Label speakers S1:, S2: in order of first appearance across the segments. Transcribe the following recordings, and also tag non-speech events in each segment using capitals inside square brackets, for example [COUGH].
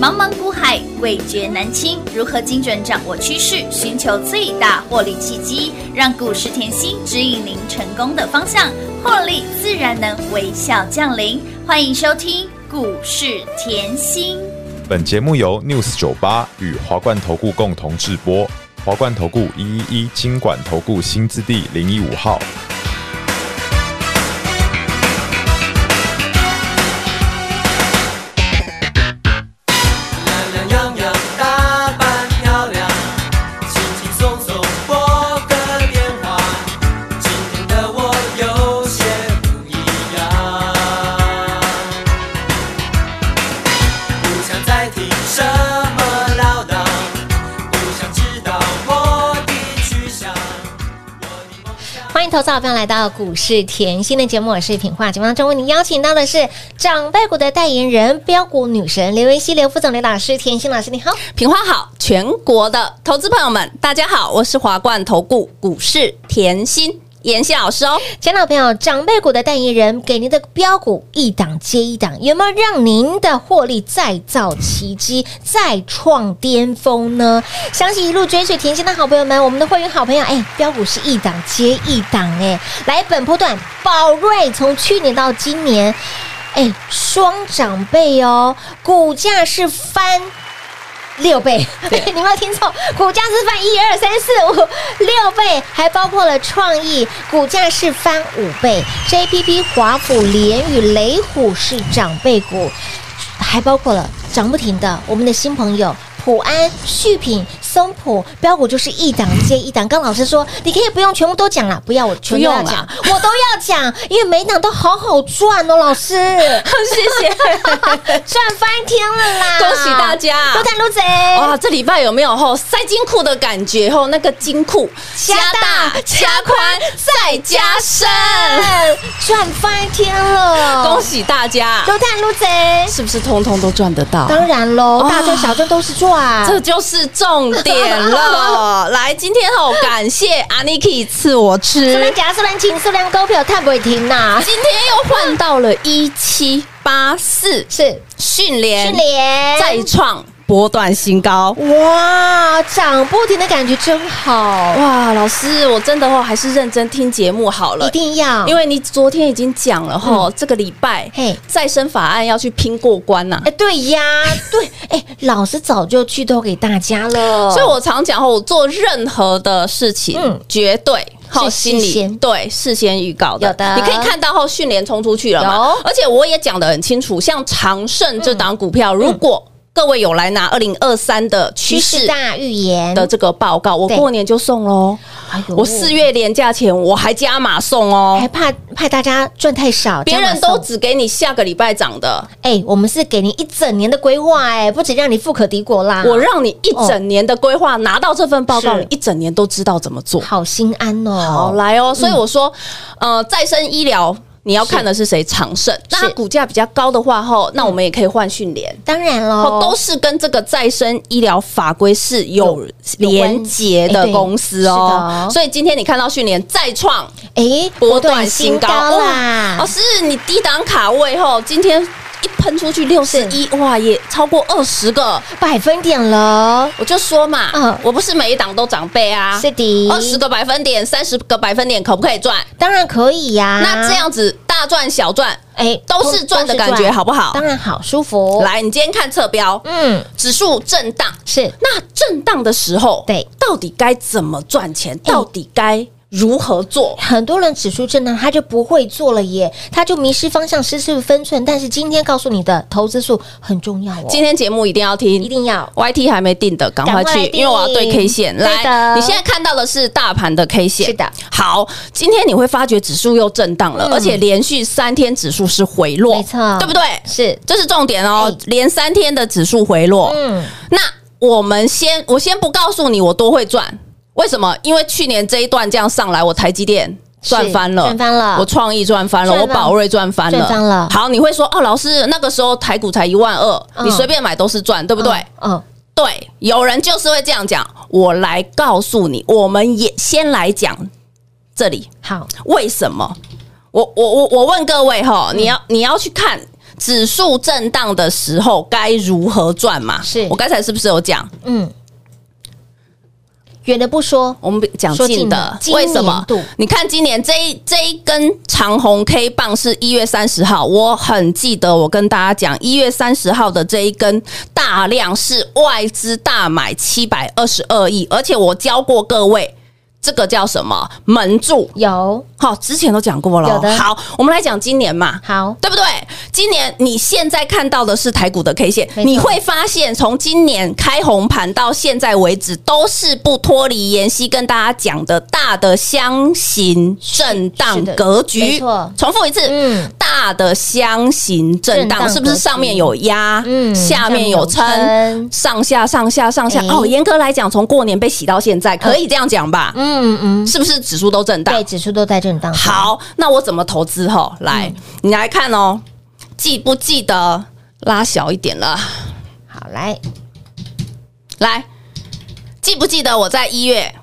S1: 茫茫股海，味觉难清。如何精准掌握趋势，寻求最大获利契机，让股市甜心指引您成功的方向，获利自然能微笑降临。欢迎收听股市甜心。
S2: 本节目由 News 九八与华冠投顾共同制播，华冠投顾一一一金管投顾新字第零一五号。
S3: 懒懒洋洋，打扮漂亮，轻轻松松拨个电话。今天的我有些不一样，不想再听什么唠叨，不想知道我的去向。我的梦想。
S4: 欢迎投资好朋友来到股市甜心的节目，我是品化。节目当中为您邀请到的是长辈股的代言人标股女神刘妍希、刘副总、刘老师、甜心老师，你好。
S5: 品花好，全国的投资朋友们，大家好，我是华冠投顾股市甜心妍希老师哦。
S4: 前老朋友，长辈股的代言人给您的标股一档接一档，有没有让您的获利再造奇迹、再创巅峰呢？相信一路追随甜心的好朋友们，我们的会员好朋友，哎，标股是一档接一档，哎，来本波段，宝瑞从去年到今年，哎，双长辈哦，股价是翻。六倍， [LAUGHS] 你没有听错，股价是翻一二三四五六倍，还包括了创意，股价是翻五倍，JPP、华府、联宇、雷虎是长辈股，还包括了涨不停的我们的新朋友。普安、旭品、松浦标股就是一档接一档。刚老师说，你可以不用全部都讲了，不要我全部都要
S5: 不用 [LAUGHS]
S4: 讲
S5: 啦，
S4: 我都要讲，因为每一档都好好赚哦，老
S5: [LAUGHS]
S4: 师
S5: [LAUGHS] 谢啊谢，
S4: 赚翻天了啦！
S5: 恭喜大家啊
S4: 都探路贼
S5: 哇，这礼拜有没有吼塞金库的感觉？吼，那个金库
S4: 加大
S5: 加宽、再加深，
S4: 赚翻天了！
S5: 恭喜大家！
S4: 撸探撸贼，
S5: 是不是通通都赚得到？
S4: 当然喽，
S5: 哦
S4: 大赚小赚都是赚。
S5: 这就是重点 [LAUGHS] 了。来，今天哦，感谢阿 Niki 赐我
S4: 苏
S5: 吃
S4: 兰，夹、苏兰琴、苏兰股票探不会停呐、
S5: [LAUGHS] 今天又换到了一七八四
S4: 是
S5: 训练
S4: 训练
S5: 再创波段新高。
S4: 哇，涨不停的感觉真好，
S5: 哇，老师，我真的哦，还是认真听节目好了
S4: 一。定要，
S5: 因为你昨天已经讲了吼，这个礼拜
S4: 嘿
S5: 再生法案要去拼过关呐、
S4: 哎、对呀，对，哎、老师早就剧透给大家了，
S5: 所以我常讲吼，我做任何的事情，
S4: 哦嗯
S5: 绝对好
S4: 事
S5: 心
S4: 先
S5: 里对事先预告的，
S4: 有的
S5: 你可以看到后训练冲出去了嘛
S4: 有，
S5: 而且我也讲得很清楚，像长盛这档股
S4: 嗯
S5: 票，如果各位有来拿二零二三的趋
S4: 趋
S5: 势
S4: 势大预言
S5: 的这个报告，我
S4: 对
S5: 过年就送喽。
S4: 哎呦
S5: 我四月连假前我还加码送哦
S4: 还，怕怕大家赚太少，
S5: 别
S4: 加码
S5: 人都
S4: 送
S5: 只给你下个礼拜涨的，
S4: 哎、我们是给您一整年的规划，哎，不止让你富可敌国啦，
S5: 我让你一整年的规划拿到这份报告，
S4: 啊哦是
S5: 你一整年都知道怎么做。
S4: 好心安哦，
S5: 好来哦，所以我说，呃，再生医疗。你要看的是谁长盛，那它
S4: 是嗯
S5: 股价比较高的话，吼，那我们也可以换训联，
S4: 当然
S5: 哦
S4: 喽，，
S5: 都是跟这个再生医疗法规是有
S4: 有
S5: 连结
S4: 哎
S5: 的
S4: 对
S5: 公司
S4: 是的
S5: 哦
S4: 哦。
S5: 所以今天你看到训联再创
S4: 哎，
S5: 波段新高哦哇
S4: 啦哦
S5: 老！师，你低档卡位后，今天一喷出去六十一，哇，也超过二十个。
S4: 百分点了，
S5: 我就说嘛，
S4: 嗯
S5: 我不是每一档都长辈啊，
S4: 是的，
S5: 二十个百分点、三十个百分点可不可以赚？
S4: 当然可以呀。
S5: 那这，样子大赚小赚
S4: 哎，
S5: 都是赚的感觉，好不好
S4: 当？然好，舒服。，
S5: 来，你今天看侧标，
S4: 嗯，
S5: 指数震荡，
S4: 是
S5: 那震荡的时候，
S4: 对，哎
S5: 到底该怎么赚钱？到底该如何做？
S4: 很多人指数震荡，他就不会做了耶，他就迷失方向，失去分寸。但是今天告诉你的投资数很重要哦，
S5: 今天节目一定要听，
S4: 一定要
S5: YT 还没定的，赶
S4: 赶
S5: 快
S4: 快
S5: 去，
S4: 定
S5: 因为我要对 K 线。
S4: 对的
S5: 来，你现在看到的是大盘的 K 线。
S4: 是的，
S5: 好，今天你会发觉指数又震荡了，
S4: 嗯
S5: 而且连续三天指数是回落，
S4: 没错
S5: 对不对？
S4: 是
S5: 这是重点哦
S4: 哎，
S5: 连三天的指数回落。
S4: 嗯，
S5: 那我们先，我先不告诉你我多会赚，为什么？因为去年这一段这样上来，我台积电。赚翻了，
S4: 赚翻了
S5: 我创意赚翻了，
S4: 赚
S5: 我
S4: 翻了
S5: 宝瑞赚翻了，
S4: 赚翻了
S5: 好，你会说哦，老师，那个时候台股才一万二、
S4: 嗯
S5: 你随便买都是赚，对不对？
S4: 嗯，嗯，
S5: 对，有人就是会这样讲。我来告诉你，我们也先来讲这里
S4: 好，嗯
S5: 为什么。我我我我问各位哈，你要你要去看指数震荡的时候该如何赚嘛？
S4: 是
S5: 我刚才是不是有讲？
S4: 嗯，远的不说，
S5: 我们讲
S4: 说
S5: 近
S4: 近
S5: 的
S4: 的，
S5: 为什么
S4: 今年度？
S5: 你看今年这一这一根长红 K 棒是一月三十号，我很记得我跟大家讲，一月三十号的这一根大量是外资大买七百二十二亿，而且我教过各位，这个叫什么门柱？
S4: 有
S5: 好，之前都讲过了
S4: 有
S5: 哦。
S4: 的
S5: 好，我们来讲今年嘛。
S4: 好，
S5: 对不对？今年你现在看到的是台股的 K 线，
S4: 没错
S5: 你会发现从今年开红盘到现在为止，都是不脱离妍希跟大家讲的大的箱型震荡
S4: 是的
S5: 格局。
S4: 没错
S5: 重复一次，
S4: 嗯
S5: 大的箱型震
S4: 震
S5: 荡
S4: 荡
S5: 是不是
S4: 格局
S5: 上面有压，
S4: 嗯
S5: 下面有
S4: 上面有
S5: 撑
S4: 撑，
S5: 上下上下上下？
S4: 哎哦
S5: 哦，严格来讲，从过年被洗到现在，可以这样讲吧？
S4: 嗯嗯，
S5: 是不是指数都震荡
S4: 对，？指数都在震荡。，
S5: 好，那我怎么投资？吼，来，
S4: 嗯
S5: 你来看哦，记不记得拉小一点了？
S4: 好来，
S5: 来，记不记得我在一月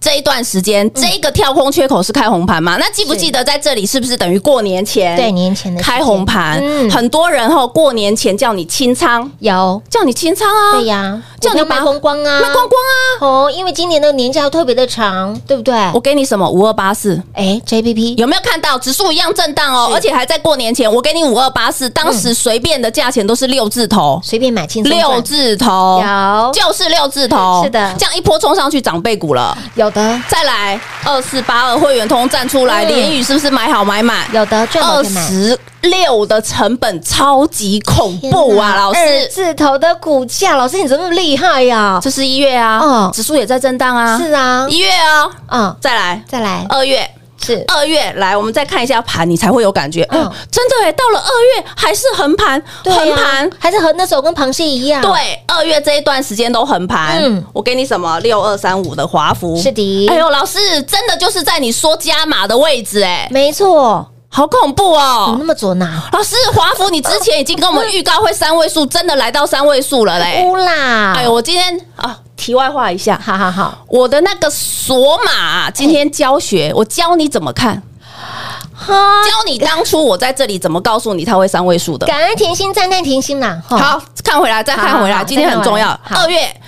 S5: 这一段时间，这个跳空缺口是开红盘嘛？那记
S4: 嗯
S5: 不
S4: 是
S5: 记得在这里是不是等于过年前？
S4: 对，年前的时间
S5: 开红盘，
S4: 嗯，
S5: 很多人吼过年前叫你清仓，
S4: 有，
S5: 叫你清仓啊，
S4: 对呀，
S5: 叫你
S4: 股票
S5: 把
S4: 卖光光啊，
S5: 卖光光啊！
S4: 哦，因为今年的年假特别的长，对不对？
S5: 我给你什么五二八四？
S4: 哎，JPP
S5: 有没有看到指数一样震荡哦？
S4: 是嗯
S5: 而且还在过年前，我给你五二八四，当时随便的价钱都是六字头，
S4: 随便买轻松赚
S5: 六字头，
S4: 有
S5: 就是六字头，
S4: 是的
S5: 这样一波冲上去长辈股了。
S4: 有的
S5: 再来二四八二会员通站出来，
S4: 嗯
S5: 联宇是不是买好买满？
S4: 有的赚
S5: 二
S4: 到再买。
S5: 十六的成本超级恐怖啊，老
S4: 二
S5: 师，
S4: 字头的股价，老师你怎么那么厉害呀？
S5: 这是一月啊
S4: 哦，
S5: 指数也在震荡啊，
S4: 是啊，
S5: 一月啊，
S4: 嗯，
S5: 再来
S4: 再来
S5: 二月。
S4: 是
S5: 二月来，我们再看一下盘，你才会有感觉。嗯
S4: 嗯，
S5: 真的哎，到了二月还是横盘，
S4: 对
S5: 横
S4: 啊
S5: 盘。
S4: 还是和那时候跟螃蟹一样，，
S5: 对，二月这一段时间都横盘。嗯
S4: 嗯，
S5: 我给你什么六二三五的华孚，
S4: 是的
S5: 哎呦，老师，真的就是在你说加码的位置，哎，
S4: 没错，
S5: 好恐怖
S4: 怎么
S5: 哦
S4: 那。么准呐？
S5: 老师，华孚，你之前已经跟我们预告会三位数，真的来到三位数了嘞。
S4: 乌啦，
S5: 哎呦，我今天啊，题外话一下，
S4: 好好好，
S5: 我的那个索马啊今天教学，我教你怎么看。
S4: 哈，
S5: 教你当初我在这里怎么告诉你它会三位数的。
S4: 感恩甜心，赞叹甜心啦，哈，
S5: 好，看回来再看回
S4: 好好
S5: 来，
S4: 哦好
S5: 今天很重要
S4: 再。看回来
S5: 二月，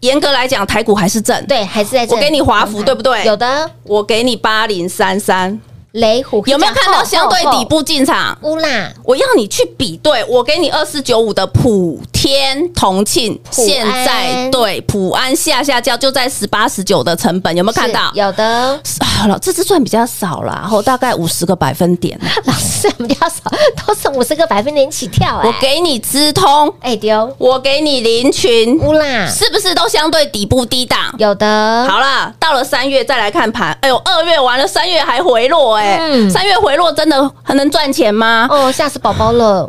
S5: 严格来讲，台股还是正。，
S4: 对，还是在这
S5: 我
S4: 里
S5: 给你华
S4: 横
S5: 孚
S4: 盘
S5: 对不对
S4: 有的
S5: 我给你八零三三，
S4: 雷虎
S5: 有没有
S4: 哦
S5: 看到相对底？部进场？
S4: 乌啦，
S5: 我要你去比对，我给你二四九五的普天同庆，
S4: 普安
S5: 现在对普安下下叫就在十八十九的成本，有没有看到啊
S4: 是？有的，
S5: 好了，这次赚比较少啦，然后大概五十个百分点。
S4: 老师我们家少都是五十个百分点起跳哎，
S5: 我给你资通，
S4: 哎丢
S5: 我给你林群，
S4: 乌啦，
S5: 是不是都相对底部低档？
S4: 有的，
S5: 好啦，到了三月再来看盘。哎呦，二月完了，三月还回落哎、
S4: 嗯
S5: 三、月回落真的还能赚钱吗？
S4: 哦，吓死宝宝了，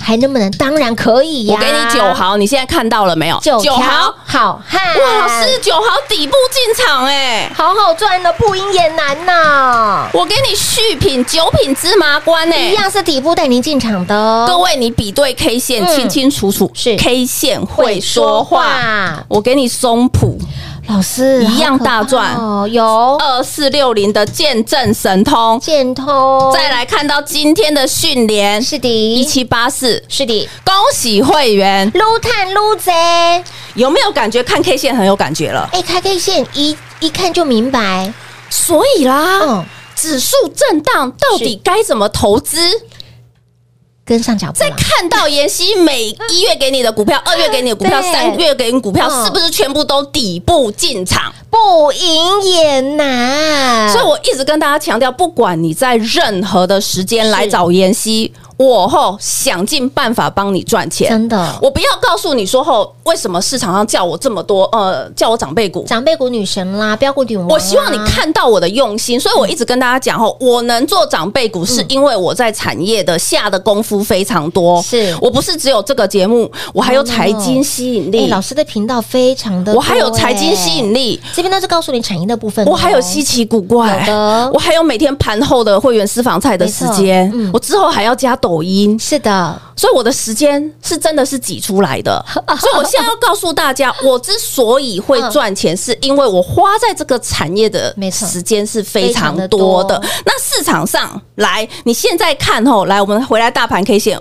S4: 还能不能？当然可以呀，
S5: 我给你九，豪，你现在看到了没有？
S4: 九条
S5: 豪，
S4: 好汉，
S5: 哇，老师，九豪底部进场哎、
S4: 好好赚的，不赢也难呐，
S5: 我给你续品九品芝麻官哎、
S4: 一样是底部带您进场的
S5: 各
S4: 哦，
S5: 位，你比对 K 线，
S4: 嗯
S5: 清清楚楚，
S4: 是
S5: K 线会说话。我给你松浦
S4: 老师
S5: 一样
S4: 好可怕
S5: 大赚
S4: 哦，有
S5: 二四六零的见证神通，
S4: 建通，
S5: 再来看到今天的训练
S4: 是
S5: 一
S4: 的，
S5: 七八四，
S4: 是的，
S5: 恭喜会员，
S4: 撸探撸贼。
S5: 有没有感觉看 K 线很有感觉了？
S4: 哎、开 K 线一一看就明白，
S5: 所以啦，
S4: 嗯，
S5: 指数震荡到底该怎么投资？
S4: 跟上脚步
S5: 在
S4: 了。
S5: 看到妍希每一月给你的股票，二月给你的股票，
S4: 嗯对
S5: 三月给你股票，
S4: 嗯
S5: 是不是全部都底部进场？
S4: 不赢也难，
S5: 所以我一直跟大家强调，不管你在任何的时间来找妍希，我后想尽办法帮你赚钱。
S4: 真的
S5: 我不要告诉你说后为什么市场上叫我这么多，呃，叫我长辈股，
S4: 长辈股女神啦，标股女王啦，
S5: 我希望你看到我的用心，所以我一直跟大家讲哦，我能做长辈
S4: 嗯
S5: 股，是因为我在产业的下的功夫非常多。
S4: 是
S5: 我不是只有这个节目，我还有财经吸引
S4: 哎、
S5: 力，
S4: 老师的频道非常的、
S5: 我还有财经吸引
S4: 力，
S5: 力，
S4: 这边都是告诉你产业的部分哦、
S5: 我还有稀奇古怪
S4: 有的，
S5: 我还有每天盘后的会员私房菜的时间
S4: 没错嗯，
S5: 我之后还要加抖抖音，
S4: 是的，
S5: 所以我的时间是真的是挤出来
S4: [LAUGHS]
S5: 的。所以我现在要告诉大家， [LAUGHS] 我之所以会赚钱，是因为我花在这个产业的
S4: 没错
S5: 时间是非常
S4: 非常地
S5: 多的
S4: 多。
S5: 那市场上来，你现在看吼，来我们回来大盘 K 线，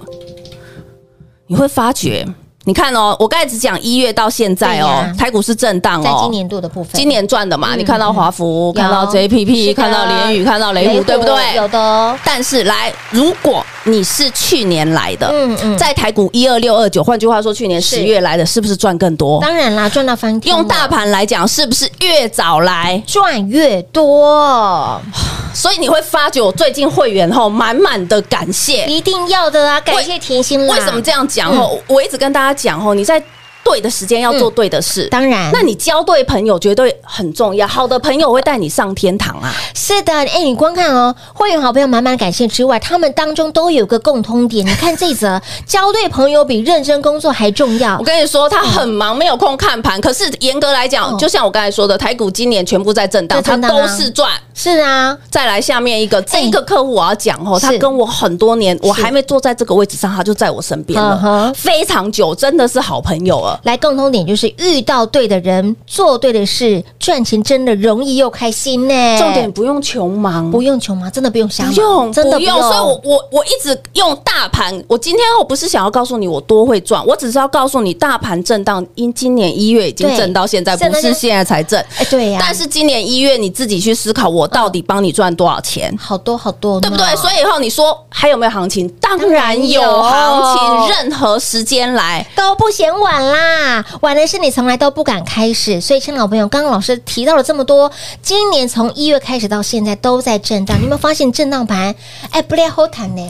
S5: 你会发觉，你看哦，我刚才只讲一月到现在
S4: 对
S5: 哦
S4: 呀，
S5: 台股是震荡
S4: 在
S5: 哦，
S4: 今年度的部分，
S5: 今年赚的嘛，
S4: 嗯
S5: 你看到华福，看到
S4: 是
S5: JPP，
S4: 的
S5: 看到联宇，看到雷虎，对不对？
S4: 有的哦，
S5: 但是来，如果你是去年来的，
S4: 嗯嗯
S5: 在台股一二六二九，换句话说，去年
S4: 是
S5: 十月来的，是不是赚更多？
S4: 当然啦，赚到翻天了，
S5: 用大盘来讲，是不是越早来？
S4: 赚越多，
S5: 所以你会发觉，我最近会员后满满的感谢。
S4: 一定要的啊！嗯感谢甜心啦。
S5: 为什么这样讲？哦、我一直跟大家讲哦，你在对的时间要做对的事。
S4: 嗯当然，
S5: 那你交对朋友绝对很重要，好的朋友会带你上天堂啊！
S4: 是的，哎，你光看哦，会员好朋友满满感谢之外，他们当中都有个共通
S5: [LAUGHS]
S4: 点。你看这则，交对朋友比认真工作还重要
S5: 我。跟你说，他很忙，没有空看盘。可是严格来讲，
S4: 嗯
S5: 就像我刚才说的，台股今年全部在震荡，
S4: 在
S5: 它
S4: 震荡啊
S5: 都是赚。
S4: 是啊，
S5: 再来下面一个，这个客户我要讲哦，
S4: 哎是
S5: 他跟我很多年，我
S4: 是
S5: 还没坐在这个位置上，他就在我身边
S4: 嗯哼
S5: 了，非常久，真的是好朋友了。
S4: 来共通点就是遇到对的人，做对的事，赚钱真的容易又开心呢。
S5: 重点不用穷忙，
S4: 哎不用穷吗？真的不用想，
S5: 不用，
S4: 真的
S5: 不用。所以我，我我一直用大盘。我今天我不是想要告诉你我多会赚，我只是要告诉你，大盘震荡，因今年一月已经
S4: 对
S5: 震到现在，
S4: 现在
S5: 不
S4: 就是
S5: 现在才震。
S4: 哎，对呀，
S5: 但是今年一月你自己去思考，我到底帮你赚多少钱？
S4: 好多好多呢，
S5: 对不对？所以以后你说还有没有行情？当
S4: 当然
S5: 然
S4: 有
S5: 有行情，任何时间来。
S4: 都不嫌晚啦，晚的是你从来都不敢开始。所以，亲老朋友，刚刚老师提到了这么多，今年从一月开始到现在都在震荡，你有没有发现震荡盘？哎，不列后谈呢？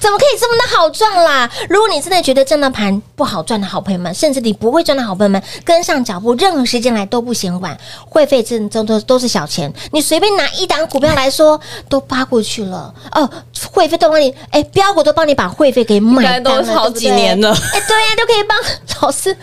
S4: 怎么可以这么的好赚啦？如果你真的觉得震荡盘不好赚的好朋友们，甚至你不会赚的好朋友们，跟上脚步，任何时间来都不嫌晚。会费真真都都是小钱，你随便拿一档股票来说，都扒过去了哦，会费都帮你，哎，标股都帮你把会费给买单了，
S5: 应该都好几年了
S4: 对不对哎，对呀、都可以帮老师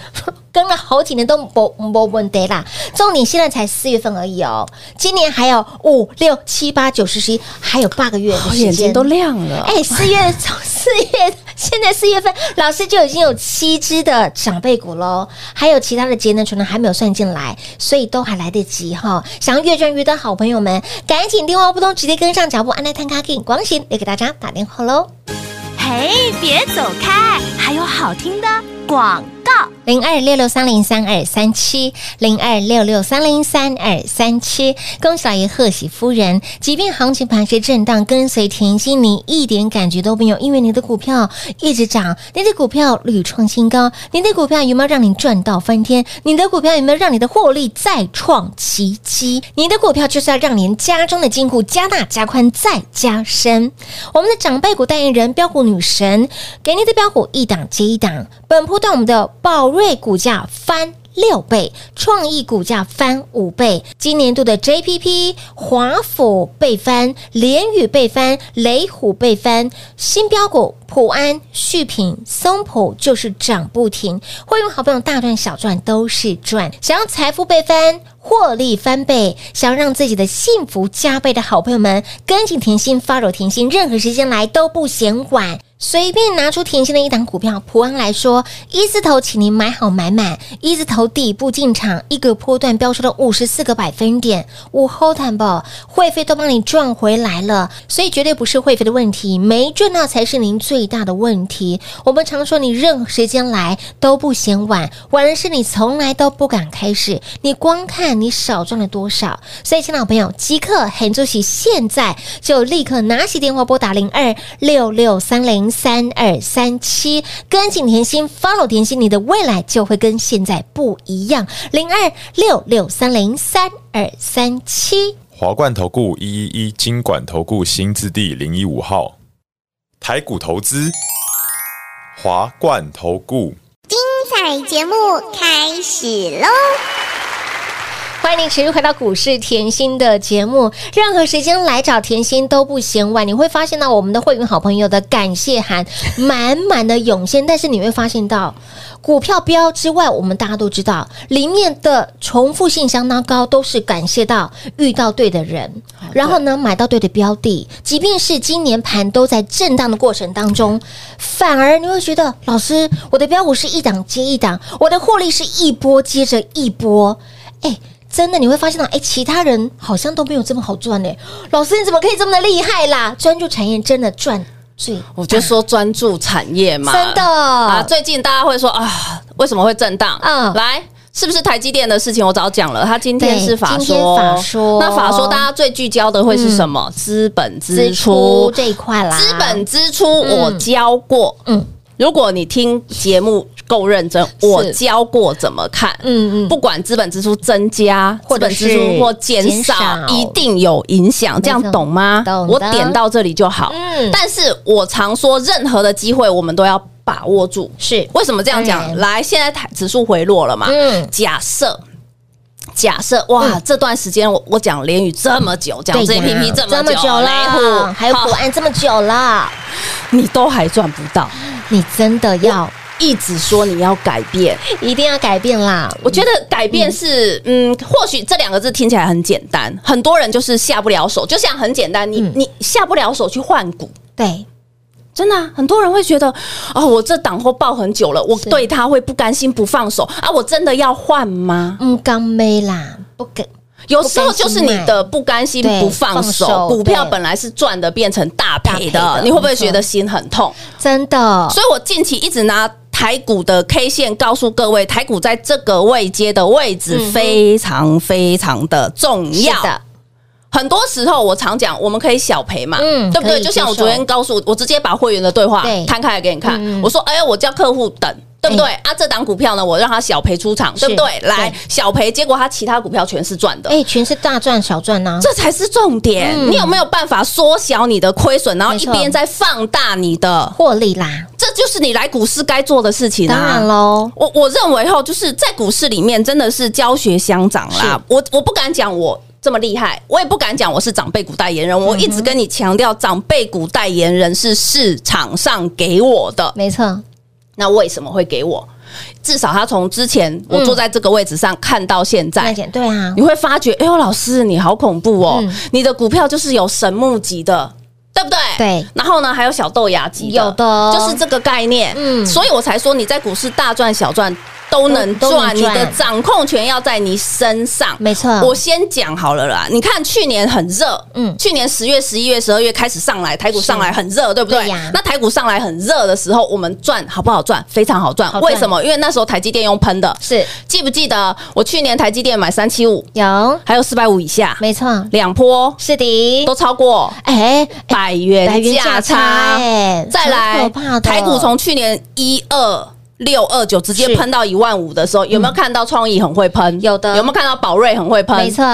S4: 跟了好几年都没没问题啦。重点现在才四月份而已哦，今年还有五六七八九十十一，还有八个月的
S5: 我
S4: 时间，
S5: 眼睛都亮了。
S4: 哎，四月从四月， [LAUGHS] 现在四月份，老师就已经有七只的长辈股喽，还有其他的节能储能还没有算进来，所以都还来得及哈。想要越赚越多，好朋友们，赶紧电话不通，直接跟上脚步，安奈探卡给光行也给大家打电话喽。
S1: 嘿，别走开，还有好听的广告。
S4: 零二六六三零三二三七，零二六六三零三二三七。恭喜老爷，贺喜夫人。即便行情盘是震荡，跟随甜心，你一点感觉都没有，因为你的股票一直涨，你的股票屡创新高，你的股票有没有让你赚到翻天？你的股票有没有让你的获利再创奇迹？你的股票就是要让您家中的金库加大、加宽、再加深。我们的长辈股代言人标股女神，给您的标股一档接一档。本波段我们的宝瑞股价翻。六倍，创意股价翻五倍，今年度的 JPP、华府倍翻，联宇倍翻，雷虎倍翻，新标股普安、旭品、松浦就是涨不停，会用好朋友大赚小赚都是赚，想要财富倍翻。获利翻倍，想要让自己的幸福加倍的好朋友们，跟紧甜心，follow 甜心，任何时间来都不嫌晚。随便拿出甜心的一档股票普安来说，一字头，请您买好买满，一字头底部进场，一个波段飙出了五十四个百分点，我后谈不，会费都帮你赚回来了，所以绝对不是会费的问题，没赚到才是您最大的问题。我们常说，你任何时间来都不嫌晚，晚的是你从来都不敢开始，你光看你少赚了多少。所以，亲老朋友，即刻很主席，现在就立刻拿起电话拨打零二六六三零三二三七，跟紧甜心，follow 甜心，你的未来就会跟现在不一样。零二六六三零三二三七。
S2: 华冠投顾一一一金管投顾新字第零一五号，台股投资，华冠投顾。
S6: 彩节目开始喽！
S4: 欢迎你持续回到股市甜心的节目，任何时间来找甜心都不嫌晚。你会发现到我们的会员好朋友的感谢函满满的涌现，但是你会发现到股票标之外，我们大家都知道里面的重复性相当高，都是感谢到遇到对的人，然后呢买到对的标的，即便是今年盘都在震荡的过程当中，反而你会觉得老师，我的标股是一档接一档，我的获利是一波接着一波。哎，真的你会发现到，哎，其他人好像都没有这么好赚嘞。老师，你怎么可以这么的厉害啦？专注产业真的赚最大，
S5: 我就说专注产业嘛，
S4: 真的
S5: 啊！最近大家会说啊，为什么会震荡？
S4: 嗯
S5: 嗯，来。是不是台积电的事情？我早讲了，它今天
S4: 对
S5: 是法
S4: 今天
S5: 说，
S4: 法说
S5: 那法说大家最聚焦的会是什么？资本支
S4: 支
S5: 出
S4: 出，这一块啦，
S5: 资本支出我教过，
S4: 嗯
S5: 嗯，如果你听节目够认真，我教过怎么看，
S4: 嗯嗯
S5: 不管资本支出增加、
S4: 或
S5: 资
S4: 者
S5: 本
S4: 是
S5: 支出或减少
S4: 减，少
S5: 一定有影响，这样懂吗？
S4: 懂的
S5: 我点到这里就好，
S4: 嗯
S5: 但是我常说，任何的机会我们都要把握住，
S4: 是
S5: 为什么这样
S4: 当
S5: 讲？
S4: 然
S5: 来，现在台指数回落了嘛？
S4: 嗯
S5: 假设。假设哇，这段时间我我讲联宇这么久，讲
S4: 对呀
S5: JPP 这么
S4: 这么
S5: 久，
S4: 久
S5: 雷虎
S4: 了，还有
S5: 好
S4: 国安这么久了，
S5: 你都还赚不到，
S4: 你真的要
S5: 一直说你要改变。
S4: 一定要改变啦。
S5: 我觉得改变是，嗯，或许这两个字听起来很简单，很多人就是下不了手，就像很简单，你、
S4: 嗯
S5: 你下不了手去换股。
S4: 对，
S5: 真的、啊，很多人会觉得，哦，我这档货报很久了，我
S4: 是
S5: 对他会不甘心不放手啊，我真的要换吗？
S4: 嗯，刚妹啦，不给
S5: 有时候就是你的不甘心
S4: 对
S5: 不放手，
S4: 放手
S5: 股票
S4: 对
S5: 本来是赚的，变成大赔的，
S4: 大赔的
S5: 你会不会觉
S4: 没
S5: 得
S4: 错
S5: 心很痛？
S4: 真的
S5: 所以我近期一直拿台股的 K 线告诉各位，台股在这个位阶的位置
S4: 嗯哼
S5: 非常非常的重
S4: 是
S5: 要。
S4: 的，
S5: 很多时候我常讲，我们可以小赔嘛，
S4: 嗯
S5: 对不
S4: 可
S5: 对？
S4: 以
S5: 就像我
S4: 接受
S5: 昨天告诉我直接把会员的对话
S4: 对
S5: 摊开来给你看，
S4: 嗯嗯
S5: 我说：“哎呀，我叫客户等。”对不对、啊？这档股票呢，我让他小赔出场，对不对？
S4: 对
S5: 来小赔，结果他其他股票全是赚的，
S4: 哎，全是大赚小赚啊呐，
S5: 这才是重点。
S4: 嗯
S5: 你有没有办法缩小你的亏损，然后
S4: 没
S5: 一
S4: 错
S5: 边在放大你的？
S4: 获利啦，
S5: 这就是你来股市该做的事情、啊。
S4: 当然喽，
S5: 我我认为哈，就是在股市里面真的是教学相长啦。我我不敢讲我这么厉害，我也不敢讲我是长辈股代言人。我一直跟你强调，长辈股代言人是市场上给我的。
S4: 没错，
S5: 那为什么会给我？至少他从之前我坐在这个位置上看到现
S4: 那
S5: 在。
S4: 点对啊
S5: 你，会发觉，哎呦，老师你好恐怖哦！
S4: 嗯
S5: 你的股票就是有神木级的，对不对？
S4: 对。
S5: 然后呢，还有小豆芽级的，
S4: 有的
S5: 就是这个概念。
S4: 嗯
S5: 嗯，所以我才说你在股市大赚小赚都能
S4: 都都能
S5: 赚，你
S4: 赚
S5: 的掌控权要在你身上。
S4: 没错
S5: 我先讲好了啦。你看去年很热，
S4: 嗯
S5: 嗯，去年十月、十一月、十二月开始上来，台股上来很热，对不对
S4: 对呀？
S5: 那台股上来很热的时候，我们赚好不好赚？非常好赚
S4: 好。赚
S5: 为什么？因为那时候台积电用喷的，
S4: 是
S5: 记不记得我去年台积电买三七五，
S4: 有，
S5: 还有四百五以下，
S4: 没错，
S5: 两波
S4: 是的
S5: 都，超过
S4: 哎，
S5: 百
S4: 来
S5: 元
S4: 源
S5: 价差。
S4: 哎
S5: 再
S4: 超可
S5: 来
S4: 怕的，
S5: 台股从去年一二六二九直接
S4: 是嗯
S5: 喷到一万五的时候，有没有看到创意很会喷？
S4: 有的
S5: 有没有看到宝瑞很会喷？
S4: 没，错，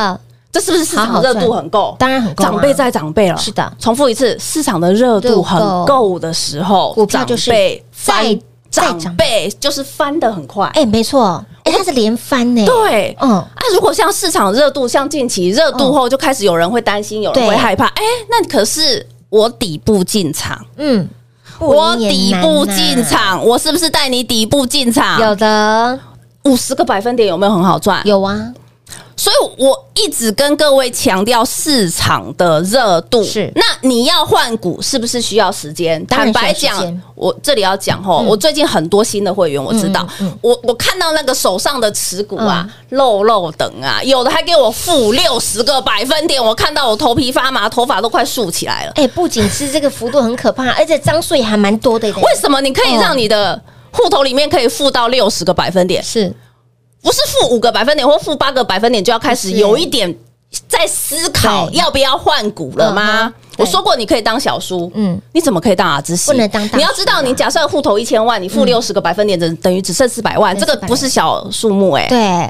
S5: 这是不是市
S4: 好
S5: 场
S4: 好
S5: 热
S4: 赚
S5: 度很够？
S4: 当然很够啊
S5: 长辈在长辈了，
S4: 是的
S5: 重复一次，市场的热度很够的时候，
S4: 股票就是
S5: 长辈翻
S4: 在在
S5: 长
S4: 长
S5: 辈就是翻的很快。
S4: 哎，没错，哎，它是连番呢，，
S5: 对，
S4: 嗯，
S5: 啊，如果像市场热度，像近期热度后，就开始有人会担心，有人
S4: 对
S5: 会害怕。哎，那可是我底部进场，
S4: 嗯，
S5: 我
S4: 不言
S5: 底
S4: 难
S5: 部
S4: 呐
S5: 进，场，我是不是带你底部进
S4: 有
S5: 场？
S4: 的
S5: 五十个百分点有没有很好赚？
S4: 有啊，
S5: 所以我一直跟各位强调市场的热度。
S4: 是
S5: 那你要换股是不是需要时间？
S4: 当然
S5: 坦
S4: 需要
S5: 白
S4: 时
S5: 讲
S4: 间，嗯
S5: 我这里要讲吼，我最近很多新的会员，我知道，我我看到那个手上的持股啊，
S4: 嗯
S5: 漏漏等啊，有的还给我负六十个百分点，我看到我头皮发麻，头发都快竖起来了。
S4: 哎，不仅是这个幅度很可
S5: [LAUGHS]
S4: 怕，而且张数也还蛮多的耶，
S5: 为什么你可以
S4: 哦
S5: 让你的户头里面可以负到六十个百分点？
S4: 是
S5: 不是负五个百分点或负八个百分点就要开始
S4: 是
S5: 有一点在思考
S4: 对
S5: 要不要换股
S4: 嗯
S5: 了
S4: 哼
S5: 吗？
S4: 对
S5: 我说过你可以当小叔，
S4: 嗯
S5: 嗯，你怎么可以当阿之西？
S4: 不能当大啊嗯
S5: 你要知道，你假设户头一千万，你负六十个百分点，等等于只剩四百万，
S4: 剩
S5: 这个
S4: 400万
S5: 不是小数目哎。
S4: 对，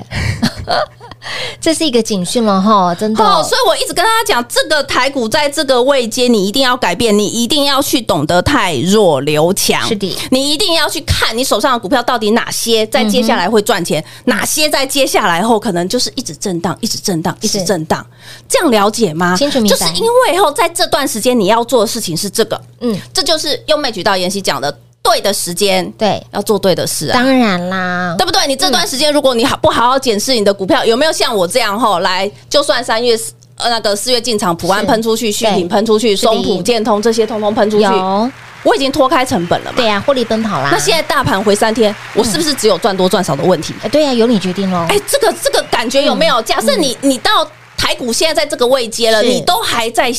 S4: [LAUGHS] 这是一个警讯了哈，真的。
S5: 哦，所以我一直跟大家讲，这个台股在这个位阶，你一定要改变，你一定要去懂得太弱留强。
S4: 是的
S5: 你一定要去看你手上的股票到底哪些在接下来会赚钱，
S4: 嗯
S5: 哪些在接下来后可能就是一直震荡，一直震荡，一直震荡。这样了解吗？
S4: 清楚明白
S5: 就是因为后在这段时间你要做的事情是这个，
S4: 嗯，
S5: 这就是优美举到妍希讲的，对的时间
S4: 对，
S5: 要做对的事啊。
S4: 当然啦，
S5: 对不对？你这段时间，如果你好不好好检视你的股票，有没有像我这样吼来？就算三月四呃那个四月进场，普安
S4: 是
S5: 喷出去，续
S4: 对
S5: 品喷出去，
S4: 是的
S5: 松浦建通这些通通喷出去，
S4: 有
S5: 我已经脱开成本了嘛
S4: 对。呀、啊，获利奔跑啦。
S5: 那现在大盘回三天，我是不是只有赚多赚少的问题？
S4: 呃对呀、由你决定喽。
S5: 哎，这个这个感觉有没
S4: 嗯
S5: 有？假设你你到台股现在在这个位阶了，
S4: 是
S5: 你都还在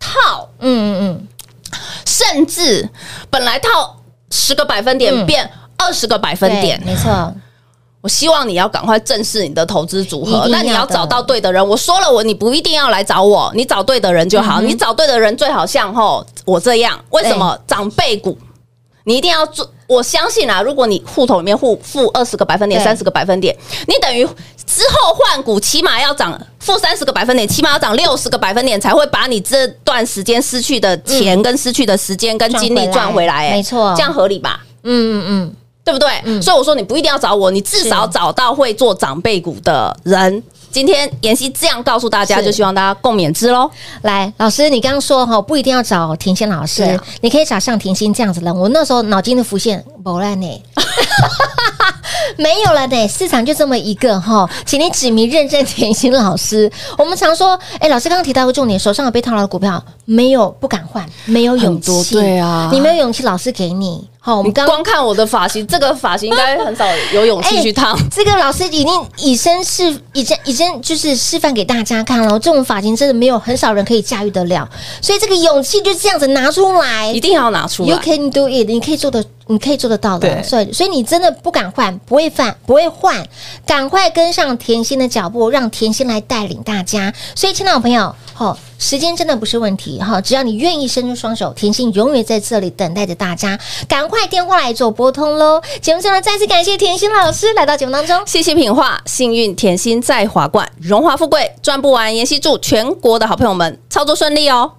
S5: 套，
S4: 嗯嗯
S5: 甚至本来套十个百分
S4: 嗯
S5: 点变二十个百分
S4: 嗯，
S5: 点
S4: 对，没错，
S5: 我希望你要赶快正视你的投资组
S4: 一定要
S5: 合
S4: 的，
S5: 那你要找到对的人。我说了我，你不一定要来找我，你找对的人就
S4: 嗯
S5: 好。你找对的人最好像吼我这样，为什
S4: 哎
S5: 么长辈股你一定要做？我相信啊，如果你户头里面负负二十个百分点、
S4: 对
S5: 三十个百分点，你等于之后换股起码要涨负三十个百分点，起码要涨六十个百分点，才会把你这段时间失去的钱、跟失去的时间跟精力
S4: 赚
S5: 赚
S4: 回
S5: 回
S4: 来
S5: 来、哎
S4: 嗯没错
S5: 这样合理吧？
S4: 嗯嗯嗯，
S5: 对不对？
S4: 嗯
S5: 所以我说你不一定要找我，你至少
S4: 是
S5: 找到会做长辈股的人。今天妍希这样告诉大家，
S4: 是
S5: 就希望大家共勉之喽。
S4: 来，老师，你刚刚说哈，不一定要找甜心老师，
S5: 对啊
S4: 你可以找像甜心这样子的人。我那时候脑筋的浮现，不烂
S5: [LAUGHS]
S4: 呢。没有了呢，市场就这么一个哈，请你指名认证甜心老师。我们常说，哎，老师刚刚提到一个重点，手上有被套牢的股票，没有不敢换，没有勇
S5: 很多
S4: 气，
S5: 对啊
S4: 你没有勇气，老师给你。好，我
S5: 你
S4: 们刚哎
S5: 光看我的发型，这个发型应该很少有勇气去烫。
S4: 这个老师已经以身示以身以身就是示范给大家看了，这种发型真的没有很少人可以驾驭得了，所以这个勇气就这样子拿出来
S5: 一。定要拿出
S4: 哎 You
S5: 来，
S4: can do it，你可以做的，你可以做得到的。
S5: 对
S4: 所以，所以你真的不敢换，不会犯，不会换，赶快跟上甜心的脚步，让甜心来带领大家。所以，亲爱的朋友，哦，时间真的不是问题哈、只要你愿意伸出双手，甜心永远在这里等待着大家。赶快电话来做拨通喽！节目最后呢再次感谢甜心老师来到节目当中。
S5: 谢谢品画，幸运甜心在华冠，荣华富贵赚不完。妍希祝全国的好朋友们操作顺利哦。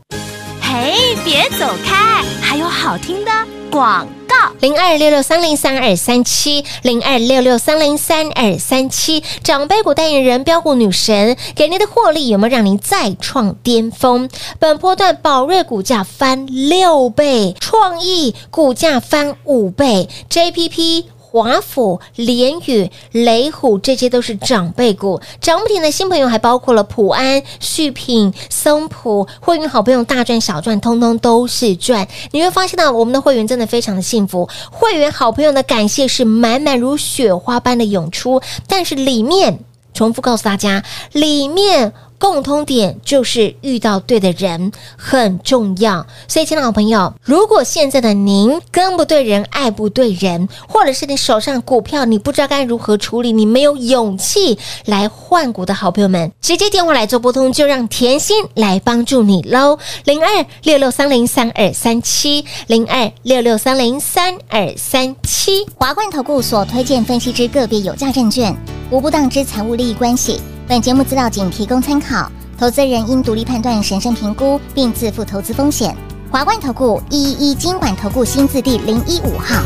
S1: 嘿，别走开，还有好听的广告。
S4: 零二六六三零三二三七，零二六六三零三二三七，长辈股代言人标股女神给您的获利有没有让您再创巅峰？本波段宝瑞股价翻六倍，创意股价翻五倍，JPP。华府、联宇、雷虎，这些都是长辈股。涨不停的新朋友还包括了普安、旭品、松浦，会员好朋友大赚小赚，通通都是赚。你会发现到我们的会员真的非常的幸福，会员好朋友的感谢是满满如雪花般的涌出，但是里面重复告诉大家，里面。共通点就是遇到对的人很重要，所以，亲爱的朋友，如果现在的您跟不对人、爱不对人，或者是你手上股票你不知道该如何处理，你没有勇气来换股的好朋友们，直接电话来做拨通，就让甜心来帮助你喽，零二六六三零三二三七，零二六六三零三二三七。
S6: 华冠投顾所推荐分析之个别有价证券，无不当之财务利益关系。本节目资料仅提供参考，投资人应独立判断、审慎评估，并自负投资风险。华冠投顾一一一金管投顾新字第零一五号。